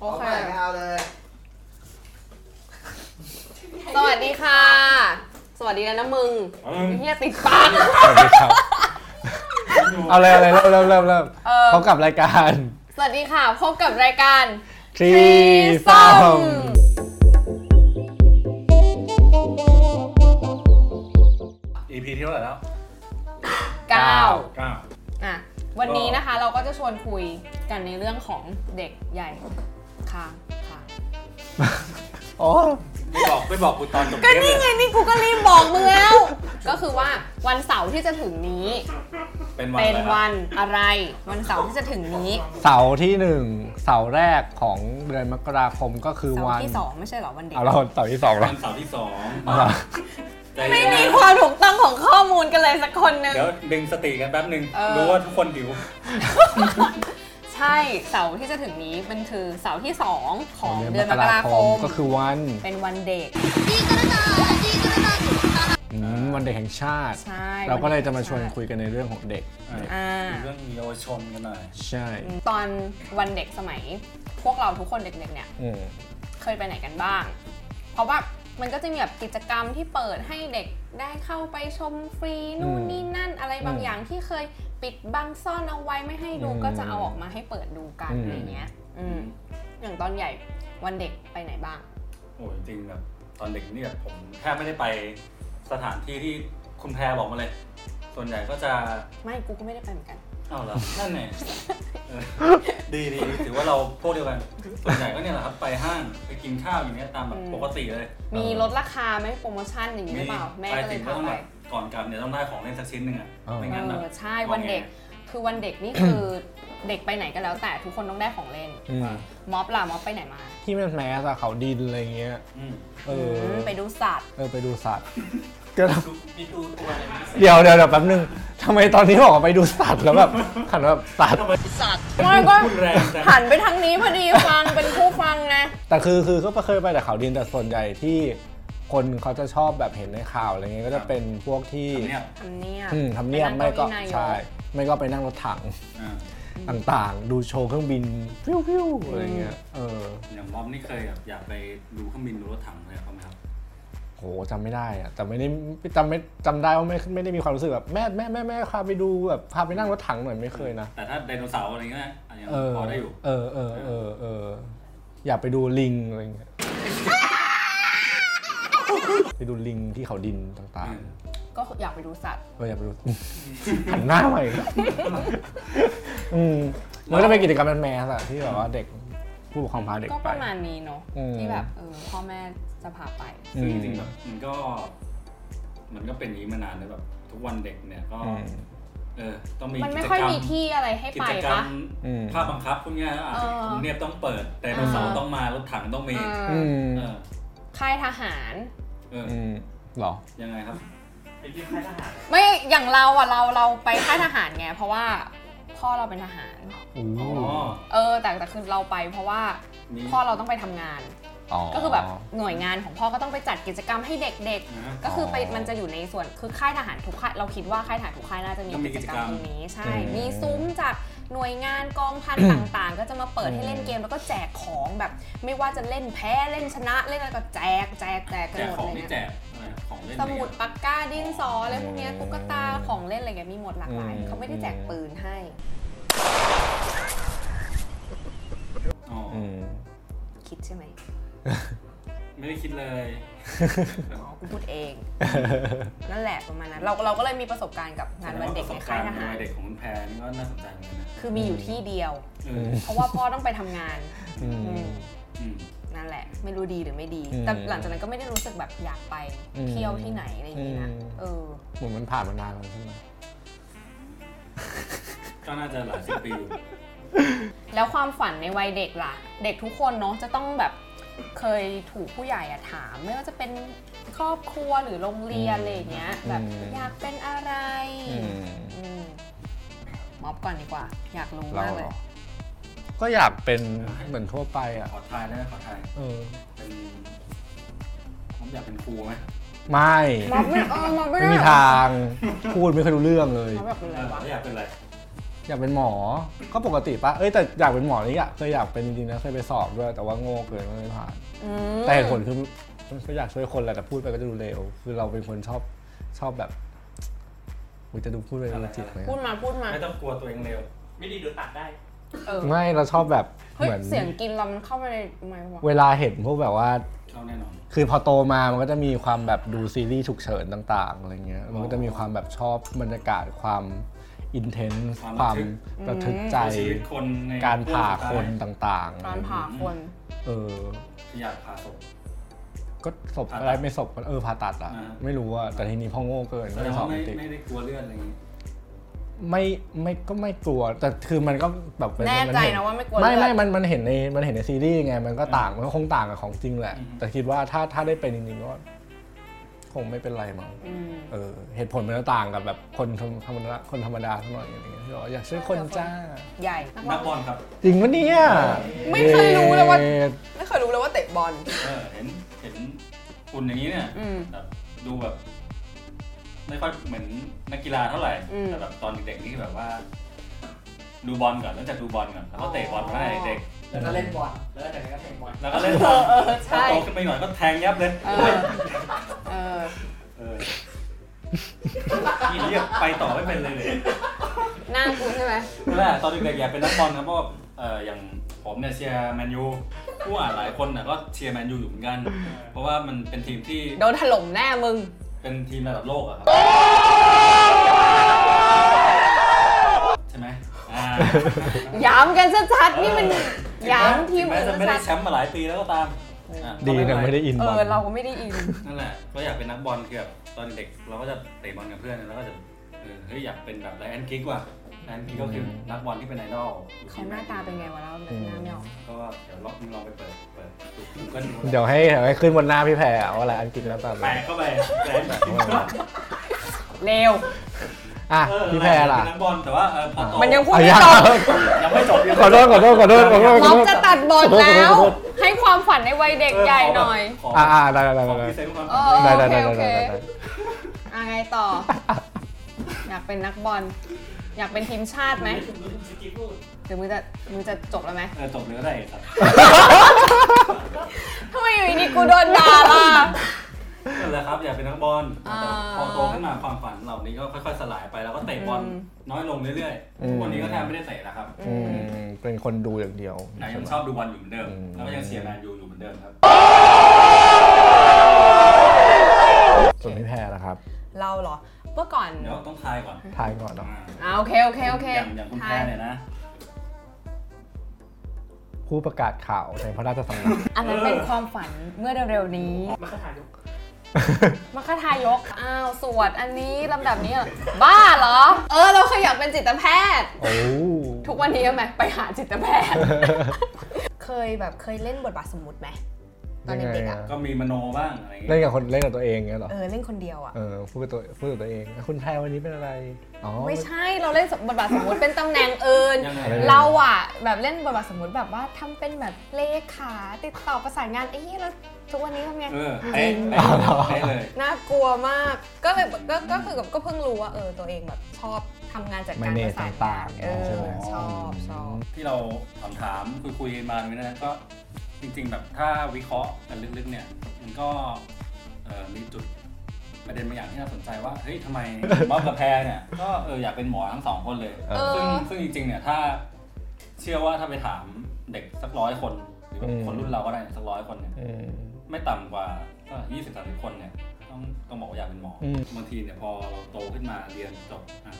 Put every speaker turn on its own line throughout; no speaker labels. โอเค
าใหม่ไม่เอาเลย
สวัสดีค่ะ สวัสดีแล้วนะมึง
อืม
ไอ้เฮียติดปาก
สวัสดีครับ เอาเลยเอาเลยเริ่มเริ่มเริ่มเริ่ม
เออ
พบกับรายการ
สวัสดีค่ะพบกับรายการ
ทรีซอม
EP ที่เท่าไหร่แล้ว
เก้า
เก้า
อ่ะวันนี้นะคะเราก็จะชวนคุยกันในเรื่องของเด็กใหญ่ค้างค่ะ
โอ้
ไม่บอกไม่บอกกูตอนจบเท
ก็
ปเล
นี่ไง
ย
นี่กูก็รีบบอกมึงแล้ว ก็คือว่าวันเสาร์ที่จะถึงนี้
เป็นวัน
เป็
อะ
น
ไรครับ
วันอะไร วันเสาร์ที่จะถึงนี้
เสาร์ที่หนึ่งเสาร์แรกของเดือนมกราคมก็คือ
เสา
วัน
ร์ที่สองไม่ใช่เหรอวันเด็ก
เอาเราเสาร์ที่สอง
วั
แล้ว
นเสาร์ที่สองใจเย็น
ไม่มีความถูกต้องของข้อมูลกันเลยสักคนหนึง
เดี๋ยวดึงสติกันแป๊บหนึ่ง
เออ
รู้ว่าทุกคนหิว
ใช่เสาร์ที่จะถึงนี้มันคือเสาร์ที่ 2 ของเดือนมกราคม
ก็คือวัน
เป็นวันเด็ก
อืมวันเด็กแห่งชาติ
ใช่
เราก็เลยจะมาชวน
วันเด็กแห่งชาติ
คุยกันในเรื่องของเด็ก
อ่า
เรื่องเยาวชนกันหน่อย
ใช่
ตอนวันเด็กสมัย พวกเราทุกคนเด็กๆเนี่ย
อืม
เคยไปไหนกันบ้าง เพราะว่ามันก็จะมีแบบกิจกรรมที่เปิดให้เด็กได้เข้าไปชมฟรีนู่นนี่นั่นอะไรบางอย่างที่เคยปิดบังซ่อนเอาไว้ไม่ให้ดูก็จะเอาออกมาให้เปิดดูกันอะไรเงี้ยอืมอย่างตอนใหญ่วันเด็กไปไหนบ้าง
โอ้ยจริงแบบตอนเด็กนี่แบบผมแทบไม่ได้ไปสถานที่ที่คุณแพรบอกมาเลย ส่วนใหญ่ก็จะ
ไม่กูก็ไม่ได้ไปเหมือนกัน
เอาละนั่นไงเออดีดีถือว่าเราพวกเดียวกันส่วนใหญ่ก็เนี่ยแหละครับไปห้างไปกินข้าวอย่างเงี้ยตามแบบ
อืม
ปกติเลย
มีลดราคาไหมโปรโมชั่นอย่างนี้หรือเปล่า แม่ก็เล
ถึ
ย
งก็ต้อ
ทำ
ง
ไป
แบบก่อนกลับเนี่ยต้องได้ของเล่นสักชิ้นหนึ่งอ่ะไม่งั้น
เอ
แบบ
อใช่วันเด็ก คือวันเด็กนี่คือ เด็กไปไหนก็แล้วแต่ทุกคนต้องได้ของเล่น
อืม
ม็อบล่ะม็อบไปไหนมา
ที่มันแมสอะเขาดินอะไรเงี้ย
อืม
เออ
มไปดูสัตว์
เออไปดูสัต ว์ก็
ดูมีดูตัวอะไรไหม
เดี๋ยวเดี๋ยวเดี๋ยวแป๊บนึงทำไมตอนนี้บอกว่าไปดูสัตว์แล้วแบบขันแบบสัตว์
ไม่ก็
พูดแรงจัง
หันไปทางนี้พอดีฟังเป็นผู้ฟังนะ
แต่คือคือก็เคยไปแต่เขาดินแต่ส่วนใหญ่ที่คนเขาจะชอบแบบเห็นในข่าวอะไรเงี้ยก็จะเป็นพวกที่
เนี่ย
ทำเนียบ
อืมทำเนียบ
ป
ไม่
นั่ง
ก็
เาอี้นาย
ใช่ไม่ก็ไปนั่งรถถัง
อ่า
ต่างๆ ดูโชว์เครื่องบินพิ้วพิ้วๆอะไรเงี้ยเออ
อย่างม็อบนี่เคยแบบอยากไปดูเครื่องบินดูรถถังเลยครับไหมครับ
โหจำไม่ได้อะแต่ไม่ได้จำไม่จำได้ว่าไม่ไม่ได้มีความรู้สึกแบบแม่แม่แม่แม่พาไปดูแบบพาไปนั่งรถถังหน่อยไม่เคยนะ
แต่ถ้าไดโนเสาร์อะไรเงี้ยอันนี้
เออ
พอได้อยู่
เออเออเออเอออยากไปดูลิงอะไร เงี้ยไปดูลิงที่เขาดินต่างๆ
ก็อยากไปดูสัตว์
เอออย่าไปดู หันหน้าใหม่ อืมมันก็จะเป็นกิจกรรมแมสอะที่แบบว่าเด็กผู้ปกครองพาเด็ก
ก็
ไป
ประมาณนี้เนาะ
อืม
ที่แบบเออพ่อแม่จะพาไป
ซึ่งจริงๆแบบมันก็ มันก็เป็นอย่างนี้มานานเลยแบบ ทุกวันเด็กเนี่ยก็
อืม
เออต้องมี
มันไม่
กิจ
ค่อย
กรร
มีที่อะไรให้
กิ
ไป
จกรร
ปะ
ม
อืม
ภาพบังคับพวกเนี้ยอ่ะ
เออ
ทำเนียบต้องเปิดไดโนเสาร์
อ่า
ต้องมารถถังต้องมี
เอออ
อืม
เออ
ค่ายทหาร
เออ
อืมเหรอ
ยังไงครับ
ไม่ อย่างเราอ่ะ เรา เราไปค่ายทหารไง เพราะว่าพ่อเราเป็นทหาร
อ๋
อ๋อ
เออ แต่แต่คือเราไปเพราะว่า
มี
พ่อเราต้องไปทำงาน
อ
ก็คือแบบหน่วยงานของพ่อก็ต้องไปจัดกิจกรรมให้เด็ก
นะ
ๆ ก็คือไป
อ๋อ
มันจะอยู่ในส่วนคือค่ายทหารทุกค่ายเราคิดว่าค่ายทหารทุกค่ายน่าจะมีกิจกรรมตรงนี้ ใช่
อืม
มีซุ้มจากหน่วยงานกองพัน ต่างๆ ก็จะมาเปิดให้เล่นเกมแล้วก็แจกของแบบ ไม่ว่าจะเล่นแพ้เล่นชนะเล่นอะไรก็แจกแจกแจกกัน
แจก
หมด
ของ
เลย
นี่
นะ
แจกอะไรของเล่น
สมุดปากกาดินสออะไรพวกเนี้ย
อืม
ตุ๊กตาของเล่นอะไรเงี้ยมีหมดหลากหลาย
อืม
เขาไม่ได้แจกปืนให้
อ๋ออ
อืม
คิดใช่ไหม
ไม่ได้คิดเลย
อ๋อกูพูดเอง นั่นแหละประมาณนั้นเราเราก็เลยมีประสบการณ์กับงานวันเด็ก
ป
ใน
ระสบก
ค่าร ย
ณ์
ทหาร
วัยเด็กของคุณแพรนี่ก็น่าสนใจเหมือนกันนะ
คือมีอยู่ที่เดียว
เออ
เพราะว่าพ่อต้องไปทำงาน
อืม
อืม
นั่นแหละ ไม่รู้ดีหรือไม่ดี
อืม
แต่หลังจากนั้นก็ไม่ได้รู้สึกแบบอยากไป
อืม
เที่ยวที่ไหนอะไรอย่างงี้นะ
อืม
เออ
เหมือนมันผ่านมานานแล้วใช่ไหม
ก็น่าจะหลายสิบปีอยู่
แล้วความฝันในวัยเด็กล่ะ เด็กทุกคนเนาะจะต้องแบบเคยถูกผู้ใหญ่อะถาม ไม่ว่าจะเป็นครอบครัวหรือโรงเรียนอะไรอย่างเงี้ย แบบอยากเป็นอะไร
อืม
อืมม็อบก่อนดีกว่า อยากรู้
เรา
มากเล
เหร
ย
อก็อยากเป็นเหมือนทั่วไปอ่ะ
ขอทายได้ไหมขอทาย
เออ
เป็นผมอยากเป็นครูไหม
ไม่
ม็อบไม่เออม็อบไม่
ไม่มีทางพูดไม่เคยรู้เรื่องเลย
ม็อบอยากเป็นอะไรวะ
เอออยากเป็นอะไร
อยากเป็นหมอ ก็ปกติปะเอ้ยแต่อยากเป็นหมอนี่อะเคยอยากเป็นจริงๆนะเคยไปสอบด้วยแต่ว่าโง่เกินก็ไม่ผ่าน
อืม
แต่เหตุผลคือก็อยากช่วยคนแหละแต่พูดไปก็จะดูเลวคือเราเป็นคนชอบชอบแบบอุ๊ยจะดูพูดไปมันจิตไหม
พูดมาพูดมา
ไม่ต้องกลัวตัวเองเร็ว
ไม่ดีเดี๋ยวตัดได้
เออ
ไม่เราชอบแบบ
เฮ้ย
เหมือน
เสียงกินเรามันเข้าไปในไมค์วะ
เวลาเห็นพวกแบบว่า
เข้าแน่นอน
คือพอโตมามันก็จะมีความแบบดูซีรีส์ฉุกเฉินต่างๆอะไรเงี้ยมันก็จะมีความแบบชอบบรรยากาศความอินเทนส์
ความ
ความ
ระ
ระ
ทึ
ทึ
ก
กใจ
ในชีวิตคนใน
การผ่าคนต่าง
การผ่าคน
ๆเออ
อยากผ่าศพ
ก็ศพ
ผ่า
อะ
ตัด
ไรไม่ศพก็เออผ่าตัดอะ
อ่า
ไม่รู้อะแต่ทีนี้พ่อโง่เกิน
แส
ก็
ด
เลย
ง
สอ
ว่า
บ
ไม่
ไม่ติด
ไม่ได้กลัวเลือดอะไรอย่างงี้
ไม่ไม่ก็ไม่กลัว แต่คือมันก็แบบเป็
แน่
มั
ใจ
เห็
นะว่าไม่กลัว
ไม่
เลือด
ไม่มันมันเห็นในมันเห็นในซีรีส์ไงมันก็ต่างมันก็คงต่างกับของจริงแหละ
อืม
แต่คิดว่าถ้าถ้าได้เป็นจริงๆก็คงไม่เป็นไรมั้ง
อืม
เออเหตุผลมันก็ต่างกับแบบคนธรรมธรรมดาคนธรรมดาเท่าไหร่อยอะไรเงี้ยที่บอกว่าอยากช่วยคนจ้า
ใหญ่
นักบอลครับ
จริงปะเนี่ย
ไม่เคยรู้เลยว่า
อ๊ะ
ไม่เคยรู้เลยว่าเตะบอล
เออเห็นเห็นคุณอย่างนี้เนี่ย
อืม
แบบดูแบบ ไม่ค่อยเหมือนนักกีฬาเท่าไหร่
อืม
แต่แบบตอนเด็กๆนี่แบบว่า ดูบอลก่อนแล้วจากดูบอลก่อนแล้วก็เตะบอลมาตั้งแต่เด็ก
แล้วก็เล่นบอล แล้วก็จากนั้นก็เตะบอล
แล้วก็เล่นบอล
เออใช่
พอโตขึ้นไปหน่อยก็แทงยับเลย
เออ เออ
เออนี่เรียกไปต่อไม่เป็นเลยเลย
หน้ากูใช่ไหม
นั่นแหละตอนเด็กๆอยากเป็นนักบอลครับเพราะว่าเอออย่างผมเนี่ยเชียร์แมนยูผู้อ่านหลายคนน่ะก็เชียร์แมนยูอยู่เหมือนกัน เพราะว่ามันเป็นทีมที่
โดนถล่มแน่มึง
เป็นทีมระดับโลกอะครับ ใช่ไหมอ่า
ย้ำกันชัดๆ นี่มันย้ำทีม
ถึงแม้
อื่น
จะไม่
ชั
ได้
ด
แชมป์มาหลายปีแล้วก็ตามอ่ะ
ดีนะไม่ได้อิน
ๆเอบ
อ
อ
ล
เราก็ไม่ได้อิน
นั่นแหละ ก็อยากเป็นนักบอลคือแบบตอนเด็กเราก็จะเตะบอลกับเพื่อนแล้วก็จะเออเฮ้ยอยากเป็นแบบไรอันกิกว่ะไรอันกิกก็คือนักบอลที่เป็นไอดอลอยู่
เขา
ที่
ห
แม
น้าน
ยู
ตาเป็นไงวะเราหน้าไม่ออก
ก็เดี๋ยวลองลองไปเปิดเปิดดูกันดู
เดี๋ยวให้เดี๋ยวให้ขึ้นบนหน้าพี่แพรเอาอะไรอันกินแล้วตอน
แปะ
นี้
เข้าไปแปะแบบ
เร็ว
อ่ะ
เออ
พี่แพรล่ะ
เป็นนักบอลแต่ว่าเออพอโต
มันยังพูด
อ่ะ
ไม่
ยัง
จบ
ยังไม่จบยัง
ข
ไม่
อ
จ
โท
บ
ษขอโทษขอโทษขอโทษ
เรา
ขอโทษ
จะตัดบทแล้ว
ขอโทษ
ให้ความฝันในวัยเด็กใหญ่หน่อย
ขอ
อ่าอ่าได้ได้
ขอ
ได้
พิเศษความ
เอ
ฝั
อ
น
ได้ได้
โค
ได้
โอเค
ได้ได้
อะไงต่อ อยากเป็นนักบอล อยากเป็นทีมชาติไหมหรือมึงจะมึงจะจบแล้วไหม
เออจบเลยก็ได้ครับ
ทำไมอยู่ดีๆกูโดนด่าล่ะ
นั่นแหละครับ อยากเป็นนักบอล
อ่า
แต่พอโตขึ้นมาความฝันเหล่านี้ก็ค่อยๆ สลายไปแล้วก็เตะบอล
อืม
น้อยลงเรื่อยๆทุกวันนี้ก็แทบไม่ได้เตะแล้วครับ
อืมเป็นคนดูอย่างเดียว
แต่ยังชอบดูบอลอยู่เหมือนเดิม
อืม
แล้วก็ยังเชียร์แมนยูอยู่เหมือนเดิมครับ
ส่วนพี่แพรนะครับ
เราเหรอ เมื่อก่อน
เดี๋ยวต้องทายก่อน
ทายก่อนเนาะ
อ่า
อ่าโอเค โอเค โอเค
อย่างอย่างคุณแพ้เนี่ยนะ
ผู้ประกาศข่าวในพระราชสำนัก
อันนั้นเป็นความฝันเมื่อเร็วๆนี้
มันก็ถ่ายรูป
มัคคทายก อ้าว สวด อันนี้ลำดับนี้เหรอบ้าเหรอ เออ เราเคยอยากเป็นจิตแพทย์
โอ้
ทุกวันนี้ก็ไหมไปหาจิตแพทย์ เคยแบบเคยเล่นบทบาทสมมุติไหมตอนเด็กๆ
ยังไง
อ่ะ
อะ
ก็มีมโนบ้างอะไรอย่าง
เล่น
เงี้ย
กับคนเล่นกับตัวเองเงี้ยเหรอ
เออ เล่นคนเดียวอ่ะ
เออพูดกับตัวพูดกับตัวเองแล้วคุณแพรวันนี้เป็นอะไรอ๋อ
ไม่ใช่เราเล่นบทบาทสมมติเป็นตำแหน่งอื่น
ยังไง
อะไร
เราอ่ะ แบบเล่นบทบาทสมมติแบบว่าทำเป็นแบบเลขาติดต่อประสานงานไอ้เหี้ยแล้วทุกวันนี้ทำไง
เออเตะเตะเตะเลย
น่ากลัวมาก ก็เลยก็ก็คือแบบก็เพิ่งรู้ว่าเออตัวเองแบบชอบทำงานจัดการประ
Manage
สาน
ต่างๆ
เออ
ใช่ไหม
ชอบชอบ
ที่เราถามถามคุยคุยๆมาเนี่ยนะก็จริงๆแบบถ้าวิเคราะห์กันลึกๆเนี่ย มันก็เอ่อมีจุดประเด็นบางอย่างที่น่าสนใจว่าเฮ้ย ทำไม บ๊อบกับแพรเนี่ยก็เอออยากเป็นหมอทั้งสองคนเลย
เออ
ซึ่งซึ่งจริงๆเนี่ยถ้าเชื่อว่าถ้าไปถามเด็กสักร้อยคน หรือแบ
อื
บ
ม
คนรุ่นเราก็ได้เนี่ยสักร้อยคนเนี่ย
อืม
ไม่ต่ำกว่าก็ยี่สิบสามสิบคนเนี่ยต้องต้องบอกว่าอยากเป็นหมออ
ม
บางทีเนี่ยพอเราโตขึ้นมาเรียนจบอ่ะ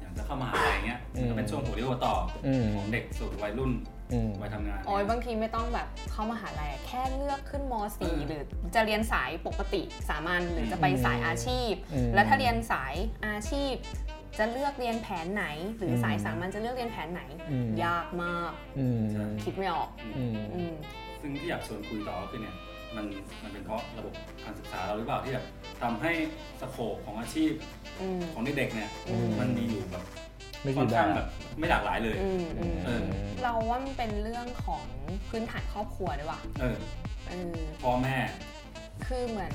อยากจะเข้ามหาลัยอย่างเงี้ยมันก็เป็น
อืม
ช่วงหัวเรี่ยวหัวต่อ
อืม
ของเด็กสู่วัยรุ่น
อืม
วัยทำงาน
โอ้ยบางทีไม่ต้องแบบเข้ามหาลัยแค่เลือกขึ้นม .4 หรือจะเรียนสายปกติสามัญหรือจะไปสายอาชีพ
อืม
แล้วถ้าเรียนสายอาชีพ จะเลือกเรียนแผนไหน หรืออ
ม
สายสามัญจะเลือกเรียนแผนไหน
อืม
ยากมาก
อืม
คิดไม่ออก
อืม
อืม
ซึ่งที่อยากชวนคุยต่อก็คือเนี่ยมันมันเป็นเพราะระบบการศึกษาเราหรือเปล่าที่แบบทำให้สโคปของอาชีพ
อืม
ของเด็กๆเนี่ย
อืม
มันมีอยู่แบบ
ไม่
ค่อ
กี่
น
แบ
ข้าง
บ
แบบไม่หลากหลายเลย
อืมอืม
เออ
เราว่ามันเป็นเรื่องของพื้นฐานครอบครัวด้วยว่ะ
เออ
เออ
พ่อแม่
คือเหมือน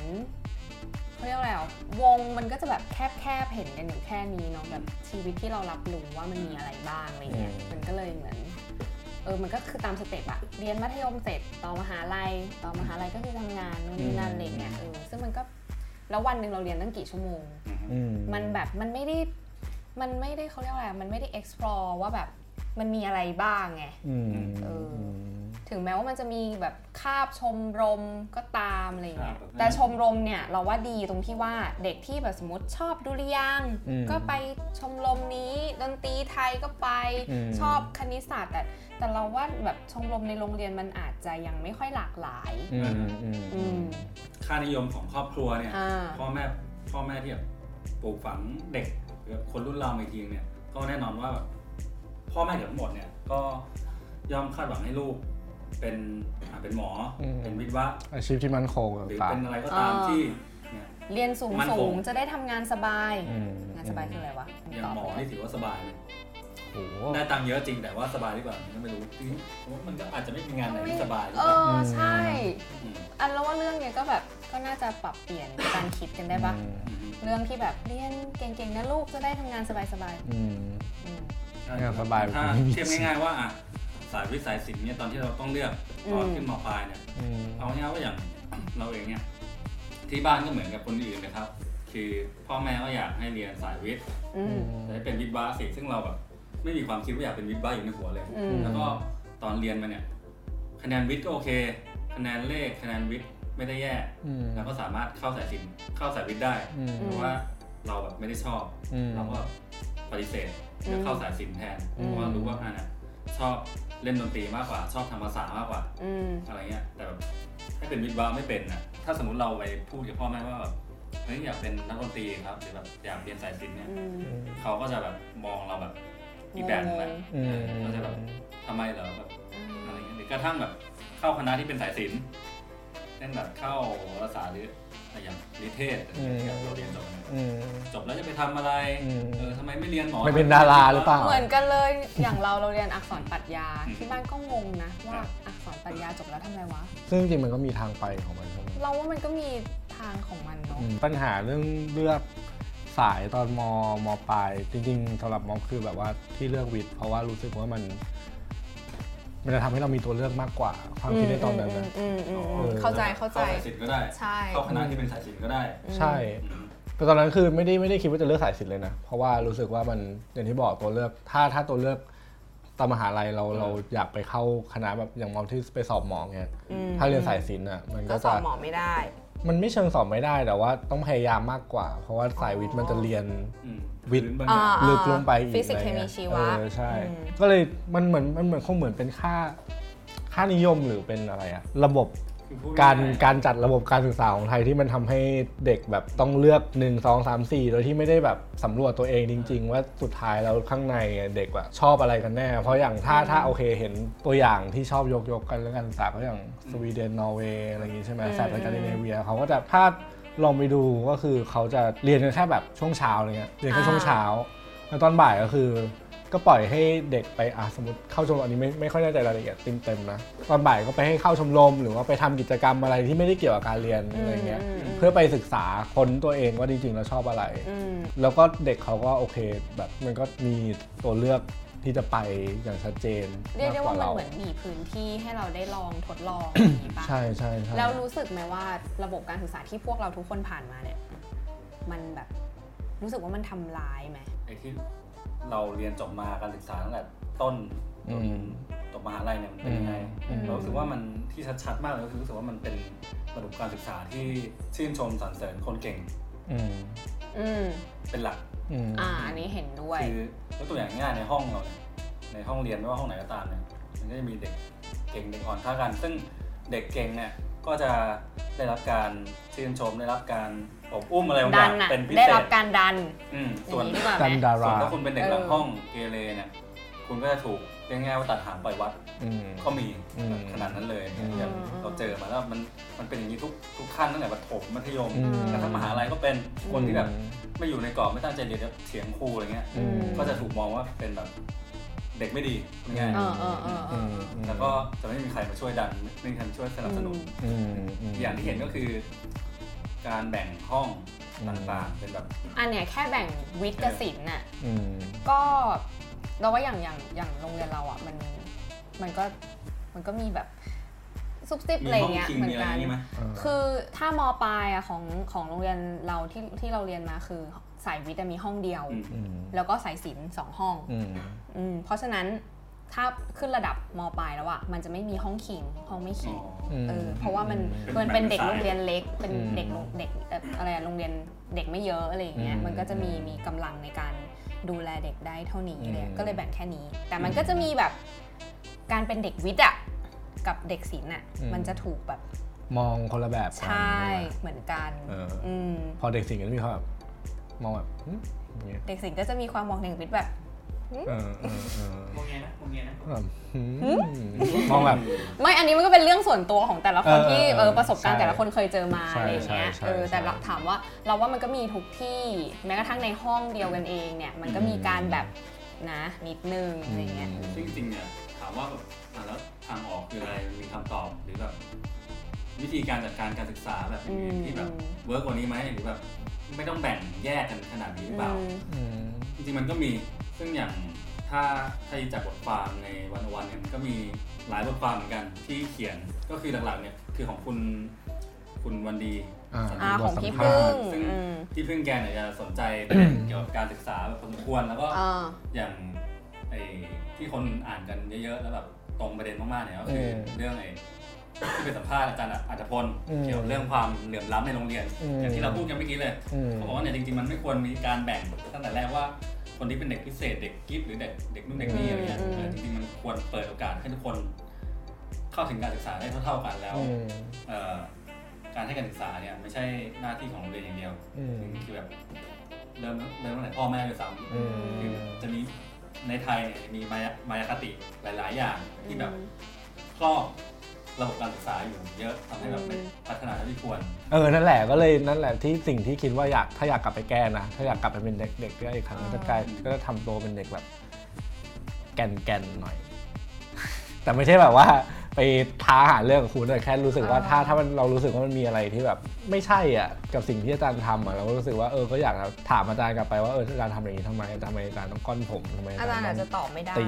เขาเรียกอะไรอะวงมันก็จะแบบแคบๆเห็นกันอยู่แค่นี้เนาะแบบชีวิตที่เรารับรู้ว่ามันมีอะไรบ้างอะไรเงี้ย
อืม
มันก็เลยเหมือนเออมันก็คือตามสเต็ปอะเรียนมัธยมเสร็จต่อมหาลัยต่อมหาลัยก็คือทำงานนู่นนี่นั่นอะไรเงี้ยเออซึ่งมันก็แล้ววันหนึ่งเราเรียนตั้งกี่ชั่วโมง
อืม
มันแบบมันไม่ได้ มันไม่ได้เขาเรียกว่าอะไรอะมันไม่ได้ explore ว่าแบบมันมีอะไรบ้างไง
อืม
เอออื
ม
ถึงแม้ว่ามันจะมีแบบคาบชมรมก็ตามอะไรอย่างเงี้ย
ครับ
แต่ชมรมเนี่ยเราว่าดีตรงที่ว่าเด็กที่แบบสมมติชอบดุริยางค์ก็ไปชมรมนี้ ดนตรีไทยก็ไป
ม
ชอบคณิตศาสตร์ แต่แต่เราว่าแบบชมรมในโรงเรียนมันอาจจะยังไม่ค่อยหลากหลาย
อืมอืม
อืม
ค่านิยมของครอบครัวเนี่ย
อ่า
พ่อแม่พ่อแม่ที่แบบปลูกฝังเด็กหรือคนรุ่นเราอีกทีเนี่ย ก็แน่นอนว่าแบบพ่อแม่เดี๋ยวทั้งหมดเนี่ยก็ย่อมคาดหวังให้ลูก เป็นอ่าเป็นหมออเป็นวิศวะ
อาชีพที่มั่นคง
หรือ
ต่าง
เป็นอะไรก็ตาม
อ่า
ที่เนี่ย
เรียนสูง
มั่นค
สูง
ง
จะได้ทำงานสบาย
ๆอืม
งานสบายคืออะไรวะ
อย่าง
ตอบ
หมอ
ไม่ได้
นี่ถือว่าสบายเลย
โอ้โห
ได้ตังค์เยอะจริงแต่ว่าสบายหรือเปล่าก็ไม่รู้จริงมันก็อาจจะไม่มีงานไหนที่สบายหรือ
เอ
เปล่
อ
า
ใช่
ม
อันแล้วว่าเรื่องเนี้ยก็แบบก็น่าจะปรับเปลี่ยนการคิดกันได้ปะ
อืม
เรื่องที่แบบเรียนเก่งๆนะลูกจะได้ทำงานสบาย
อืม
ๆอืม
งานสบาย
ถ้า
ไม่มี
เทียบง่ายๆว่าอ่ะสายวิทย์สายศิลป์เนี่ยตอนที่เราต้องเลือกตอน
อืม
ขึ้นมปลายเนี่ย
อืม
เอาง่ายๆว่าอย่าง เราเองเนี่ยที่บ้านก็เหมือนกับคนอื่นนะครับ คือพ่อแม่ก็อยากให้เรียนสายวิทย์
อืม
จะได้เป็นวิทย์บาสิซึ่งเราแบบไม่มีความคิดว่าอยากเป็นวิทย์บาอยู่ในหัวเลย
อืม
แล้วก็ตอนเรียนมาเนี่ย คะแนนวิทย์ก็โอเค คะแนนเลขคะแนนวิทย์ไม่ได้แย่
อืม
แล้วก็สามารถเข้าสายศิลป์เข้าสายวิทย์ได้
อืม
เพราะว่าเราแบบไม่ได้ชอบ
อืม
เราก็ปฏิเสธจะเข้าสายศิลป์แทนเพราะว่ารู้ว่าอันน่ะชอบเล่นดนตรีมากกว่า ชอบทำภาษามากกว่า
อืม
อะไรเงี้ยแต่แบบถ้าเป็นวิทย์วาไม่เป็นนะถ้าสมมติเราไปพูดกับพ่อแม่ว่าแบบเฮ้ยอยากเป็นนักดนตรีครับหรือแบบอยากเรียนสายศิลป์เนี่ย
อืม
เขาก็จะแบบมองเราแบบอีกแบบนึงแหละ
อืม
เออก็จะแบบทำไมเหรอแบบอะไรเงี้ยหรือกระทั่งแบบเข้าคณะที่เป็นสายศิลป์เช่นแบบเข้าภาษาหรืออะไรอย่างนิเทศอะไรเงี้ยที่แบบเราเรียนจบมาเนี่ย
อืม
จบแล้วจะไปทำอะไร
อืม
เออทำไมไม่เรียนหมอ
ไม่เป็นดาราหรือเปล่า
เหมือนกันเลยอย่างเราเราเรียนอักษรปรัชญา
อืม
ที่บ้านก็งงนะว่าอักษรปรัชญาจบแล้วทำอะไรวะ
ซึ่งจริงๆมันก็มีทางไปของมันใช่ไหม
เราว่ามันก็มีทางของมันเนาะ
อืมปัญหาเรื่องเลือกสายตอนมมปลาย จริงๆสำหรับมอคือแบบว่าที่เลือกวิทย์เพราะว่ารู้สึกว่ามัน มันจะทำให้เรามีตัวเลือกมากกว่า ความคิดในตอนนั้นนะ
อืมอืมอืม
เออ
เข้าใจเข้าใจ
เข้าสายศิลป์ก็ได้
ใช่
เข้าคณะที่เป็นสายศิลป์ก็ได้
ใช่
อืม
แต่ตอนนั้นคือไม่ได้ไม่ได้คิดว่าจะเลือกสายศิลป์เลยนะ เพราะว่ารู้สึกว่ามันอย่างที่บอกตัวเลือก ถ้าถ้าตัวเลือกตามมหาลัยเรา
เออ
เราอยากไปเข้าคณะแบบอย่างมอมที่ไปสอบหมอเนี่ย
อืม
ถ้าเรียนสายศิลป์อ่ะมัน
ก็
ก็
สอ
จะ
บหมอไม่ได้
มันไม่เชิงสอบไม่ได้แต่ว่าต้องพยายามมากกว่า เพราะว่าสายวิทย์มันจะเรียน
อืม
วิทย์
หรือบางอย่าง
อ่า
ลึกลงไปอีก
ฟิสิกส์
อะไร
เคมี
งี้ย
ชีวะ
เออใช่
อืม
ก็เลยมันเหมือนมันเหมือนคงเหมือนเป็นค่า ค่านิยมหรือเป็นอะไรอะระบบ
คือพูด
การ
ง่ยๆ
การจัดระบบการศึกษาของไทยที่มันทำให้เด็กแบบต้องเลือก 1 2 3 4 โดยที่ไม่ได้แบบสำรวจตัวเองจริง ๆ ว่าสุดท้ายแล้วข้างในเนี่ยเด็กว่าชอบอะไรกันแน่ เพราะอย่างถ้าถ้าโอเคเห็นตัวอย่างที่ชอบยกยกกันเรื่องการศึกษาก็อย่างสวีเดนนอร์เวย์อะไรอย่างงี้ใช่ไหม
อืม
สายการดิเนเวียเขาก็จะถ้าลองไปดูก็คือเขาจะเรียนกันแค่แบบช่วงเช้าอะไรเงี้ยเรียนแค่ช่วงเช้าแล้วตอนบ่ายก็คือ ก็ปล่อยให้เด็กไปอ่ะสมมติเข้าชมรมอันนี้ไม่ไม่ค่อยแน่ใจรายละเอียดเต็มๆนะตอนบ่ายก็ไปให้เข้าชมรมหรือว่าไปทำกิจกรรมอะไรที่ไม่ได้เกี่ยวกับการเรียนอะไรเงี้ย
ม
เพื่อไปศึกษาค้นตัวเองว่าจริงๆ แล้วชอบอะไร
ม
แล้วก็เด็กเขาก็โอเคแบบมันก็มีตัวเลือกที่จะไปอย่างชัดเจน
เรียกได้ว่ามันเหมือนมีพื้นที่ให้เราได้ลองทดลองอะไรอย่างงี้ปะ
ใช่ใช่ใช่
แล้วรู้สึกไหมว่าระบบการศึกษาที่พวกเราทุกคนผ่านมาเนี่ย มันแบบรู้สึกว่ามันทำร้ายไหม
ไอ้ที่เราเรียนจบมาการศึกษาตั้งแต่ต้นจนจบมหาลัยเนี่ยมันเป็นยังไง
อืม
เรารู้สึกว่ามันที่ชัดๆมากเลยก็คือรู้สึกว่ามันเป็นระบบการศึกษาที่ชื่นชมสรรเสริญคนเก่ง
อืม
อืม
เป็นหลัก
อืม
อ่า อันนี้เห็นด้วย
คือยกตัวอย่างง่ายในห้องเราเนี่ยในห้องเรียนไม่ว่าห้องไหนก็ตามเนี่ยมันก็จะมีเด็กเก่งเด็กอ่อนค่ากัน ซึ่งเด็กเก่งเนี่ยก็จะได้รับการชื่นชมได้รับการอบอุ้มอะไรบางอ
ดั
ย่าน ง
อ่ะ
เป็นพิ
ได้
เศ
รั
ษ
บการดัน
อืม
อย่า
ส่วน
งนี้ดีกว่าไห
กัน
ม
ดา
ส่ว
รา
นถ้าคุณเป็นเด็กหลัง
เออ
ห้องเกเรเนี่ยคุณก็จะถูกเรียกง่ายว่าตัดหางปล่อยวัด
อืม
ก็มี
อืม
ขนาดนั้นเลย
อืม
อย่างเราเจอมาแล้วมันมันเป็นอย่างนี้ทุกทุกขั้นตั้งแต่ประถมมัธยม
อืม
กระทั่งมหาลัยก็เป็นคนที่แบบ
อืม
ไม่อยู่ในกรอบไม่ตั้งใจเรียนแล้วเถียงครูอะไรเงี้ย
อืม
ก็จะถูกมองว่าเป็นแบบเด็กไม่ดีง่าย
เออเออเออเออ
ๆแล้วก็จะไม่มีใครมาช่วยดันไม่มีใครมาช่วยสนับสนุน
อืมม
อย่างที่เห็นก็คือ การแบ่งห้องต่างๆ เป็นแบบ
อันเนี้ยแค่แบ่งวิทย์กับศิลป์น่ะ
อืม
ก็เราว่าอย่างอย่างอย่างโรงเรียนเราอ่ะมันมันก็มันก็มีแบบซุบซิบ
มี
อะไร
ห้อง
เงี้ย
คิง
เหมือ
มี
น
อะไร
กั
อน ย่างนี้ไหม
คือถ้ามปลายอะของของโรงเรียนเราที่ที่เราเรียนมาคือสายวิทย์อะมีห้องเดียว
อืม
อืม
แล้วก็สายศิลป์สองห้อง
อืม
อืมเพราะฉะนั้นถ้าขึ้นระดับมปลายแล้วอะมันจะไม่มีห้องขิงห้องไม่
อ๋
ขิง
อ
เออเพราะว่ามัน
เป็น
มันเป็นเด็ก
แบบ
โรงเรียนเล็ก เป็น
อืม
เด็กโรงเด็กเอ่ออะไรอะโรงเรียนเด็กไม่เยอะอะไรอย่างเงี้ย
อืม
มันก็จะมีมีกำลังในการดูแลเด็กได้เท่านี้
อืม
เลยก็เลยแบ่งแค่นี้ แต่มัน
อืม
ก็จะมีแบบการเป็นเด็กวิทย์อะกับเด็กศิลป์อะมันจะถูกแบบ
มองคนละแบบกัน
ใช่
ไหม
เหมือนกัน
เอออื
ม
พอเด็กสิ่งห์ก็จะมีความแบบมองแบบหึอย่างเงี้ย
เด็กสิงห์ก็จะมีความมองเด็กวิทย์แบบ
เออเออเออ
โมเงียนะโมเงียนะ
แบบหึมองแบบ
ไม่อันนี้มันก็เป็นเรื่องส่วนตัวของแต่ละคน
เออ
ที่เอ
เอ
อ
อ
ประสบการณ์
ใช่
แต่ละคนเคยเจอมา
ใช่
อะไรอย่างเงี้ย
ใช่ใช่
เออแต่
ใช่
เราถามว่าเราว่ามันก็มีทุกที่แม้กระทั่งในห้องเดียวกันเองเนี่ยมันก็มีการแบบนะนิดนึงอะไรเงี้ย
ซึ่งจริงๆเนี่ยถามว่าแบบอ่ะแล้วทางออกคืออะไรมีคำตอบหรือแบบวิธีการจัดการการศึกษาแบบ
อื
อื่
ม
นๆที่แบบเวิร์กกว่านี้ไหมหรือแบบไม่ต้องแบ่งแยกกันขนาดนี้หรือเปล่า
อืม
อืม
จริงๆมันก็มีซึ่งอย่างถ้าถ้าจากบทความในวันวันเนี่ยมันก็มีหลายบทความเหมือนกันที่เขียนก็คือหลักๆเนี่ยคือของคุณคุณวันดี
อ่า
สันติ
อ่า
บ
ขอ
ท
ง
สัม
พี่
ภา
พึ่ง
ษณ์ซึ่ง
อืม
พี่พึ่งแกเนี่ยจะสนใจประเด็นเกี่ยวกับการศึกษาแบบพอสมควรแล้วก็
อ่า
อย่างไอ้ที่คนอ่านกันเยอะๆ แล้วแบบตรงประเด็นมากๆเนี่ยก็คือ
เออ
เรื่องไอ้ ที่ไปสัมภาษณ์อาจารย์อัจพล
อืม
เกี่ยวกับเรื่องความเหลื่อมล้ำในโรงเรียน
อืม
อย่างที่เราพูดกันเมื่อกี้เลย
อืม
เขาบอกว่าเนี่ยจริงๆมันไม่ควรมีการแบ่งตั้งแต่แรกว่าคนที่เป็นเด็กพิเศษเด็กกิฟต์หรือเด็กเด็กนู่นเด็กนี่อะไรเงี้ย
อืม
เออจริงๆมันควรเปิดโอกาสให้ทุกคนเข้าถึงการศึกษาได้เท่าๆกันแล้ว
อืม
เอ่อการให้การศึกษาเนี่ยไม่ใช่หน้าที่ของโรงเรียนอย่างเดียว
อืม
คือแบบเริ่มเริ่มตั้งแต่พ่อแม่ด้วยซ้ำ
อืม
คือจะมีในไทยเนี่ยมีมายามายาคติหลาย ๆ อย่างที่แบบครอบระบบการศึกษาอยู่เยอะทำให้แบบไม่พัฒนาเท่าที่ควร
เออ นั่นแหละก็เลยนั่นแหละที่สิ่งที่คิดว่าอยากถ้าอยากกลับไปแก้นะ ถ้าอยากกลับไปเป็นเด็กเด็กก็อีกครั้ง
อ่า
ก็จะกลายก็จะทำตัวเป็นเด็กแบบ แก่นแก่นๆหน่อย แต่ไม่ใช่แบบว่า ไปท้าหาเรื่องกับคุณแต่แค่รู้สึกว่าถ้าถ้ามันเรารู้สึกว่ามันมีอะไรที่แบบ ไม่ใช่อ่ะกับสิ่งที่อาจารย์ทำอ่ะเราก็รู้สึกว่าเออก็อยากจะถามอาจารย์กลับไปว่าเอออาจารย์ทำอย่างนี้ทำไมทำไมอาจารย์ต้องก้อนผมทำไมอา
อาจา
จาร ร
ย์
ย์ต้
อา
อ
จ
ง
จะตอบไม่ได้
ตี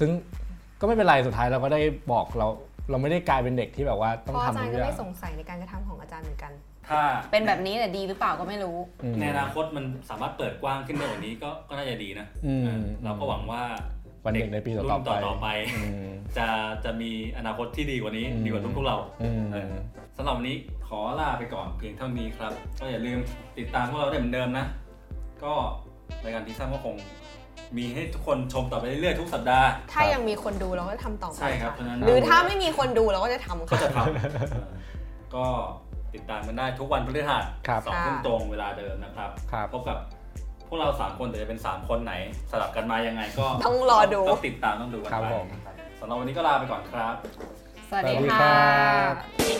ซึ่งก็ไม่เป็นไรสุดท้ายเราก็ได้บอกเรา เราไม่ได้กลายเป็นเด็กที่แบบว่าต้อ
เพ
ง
ราะอา
ทำ
จาร
ทุ
ย์
ก
ก็
อย่า
ไม่
ง
สงสัยในการกระทำของอาจารย์เหมือนกัน
ถ้า
เป็นแบบนี้แต่ดีหรือเปล่าก็ไม่รู้
อืม
ในอนาคตมันสามารถเปิดกว้างขึ้นได้กว่านี้ก็ก็น่าจะดีนะ
อืม
เออเราก็หวังว่า
วันเด็กในปีต่
รุ่
อนๆไป
ต่อๆไป
อืม
จะจะมีอนาคตที่ดีกว่านี้
อืม
ดีกว่ารุ่นพวกเรา
อืม
เออสำหรับวันนี้ขอลาไปก่อนเพียงเท่านี้ครับ ก็อย่าลืมติดตามพวกเราได้เหมือนเดิมนะ ก็รายการที่สร้างก็คง มีให้ทุกคนชมต่อไปเรื่อยๆทุกสัปดาห์
ถ้ายังมีคนดูเราก็ทำต่อไป
ใช่ครับ
ะ
เพราะฉะนั้น
หรือถ้าไม่มีคนดูเราก็จะทำ
ก็
ค่ะ
จะทำเออก็ติดตามกันได้ทุกวันพฤหัส
ครับ
สอง
ค่ะ
ทุ่มตรงเวลาเดิมนะครับ
ครับ
พบกับพวกเราสามคนแต่จะเป็นสามคนไหนสลับกันมายังไงก็
ต้องรอดู
ต้องติดตามต้องดูกัน
ครับ
ไป
ผม
สำหรับวันนี้ก็ลาไปก่อนครับ
สวัสดี
สวัสดีค
ค
รั
่ะ
บ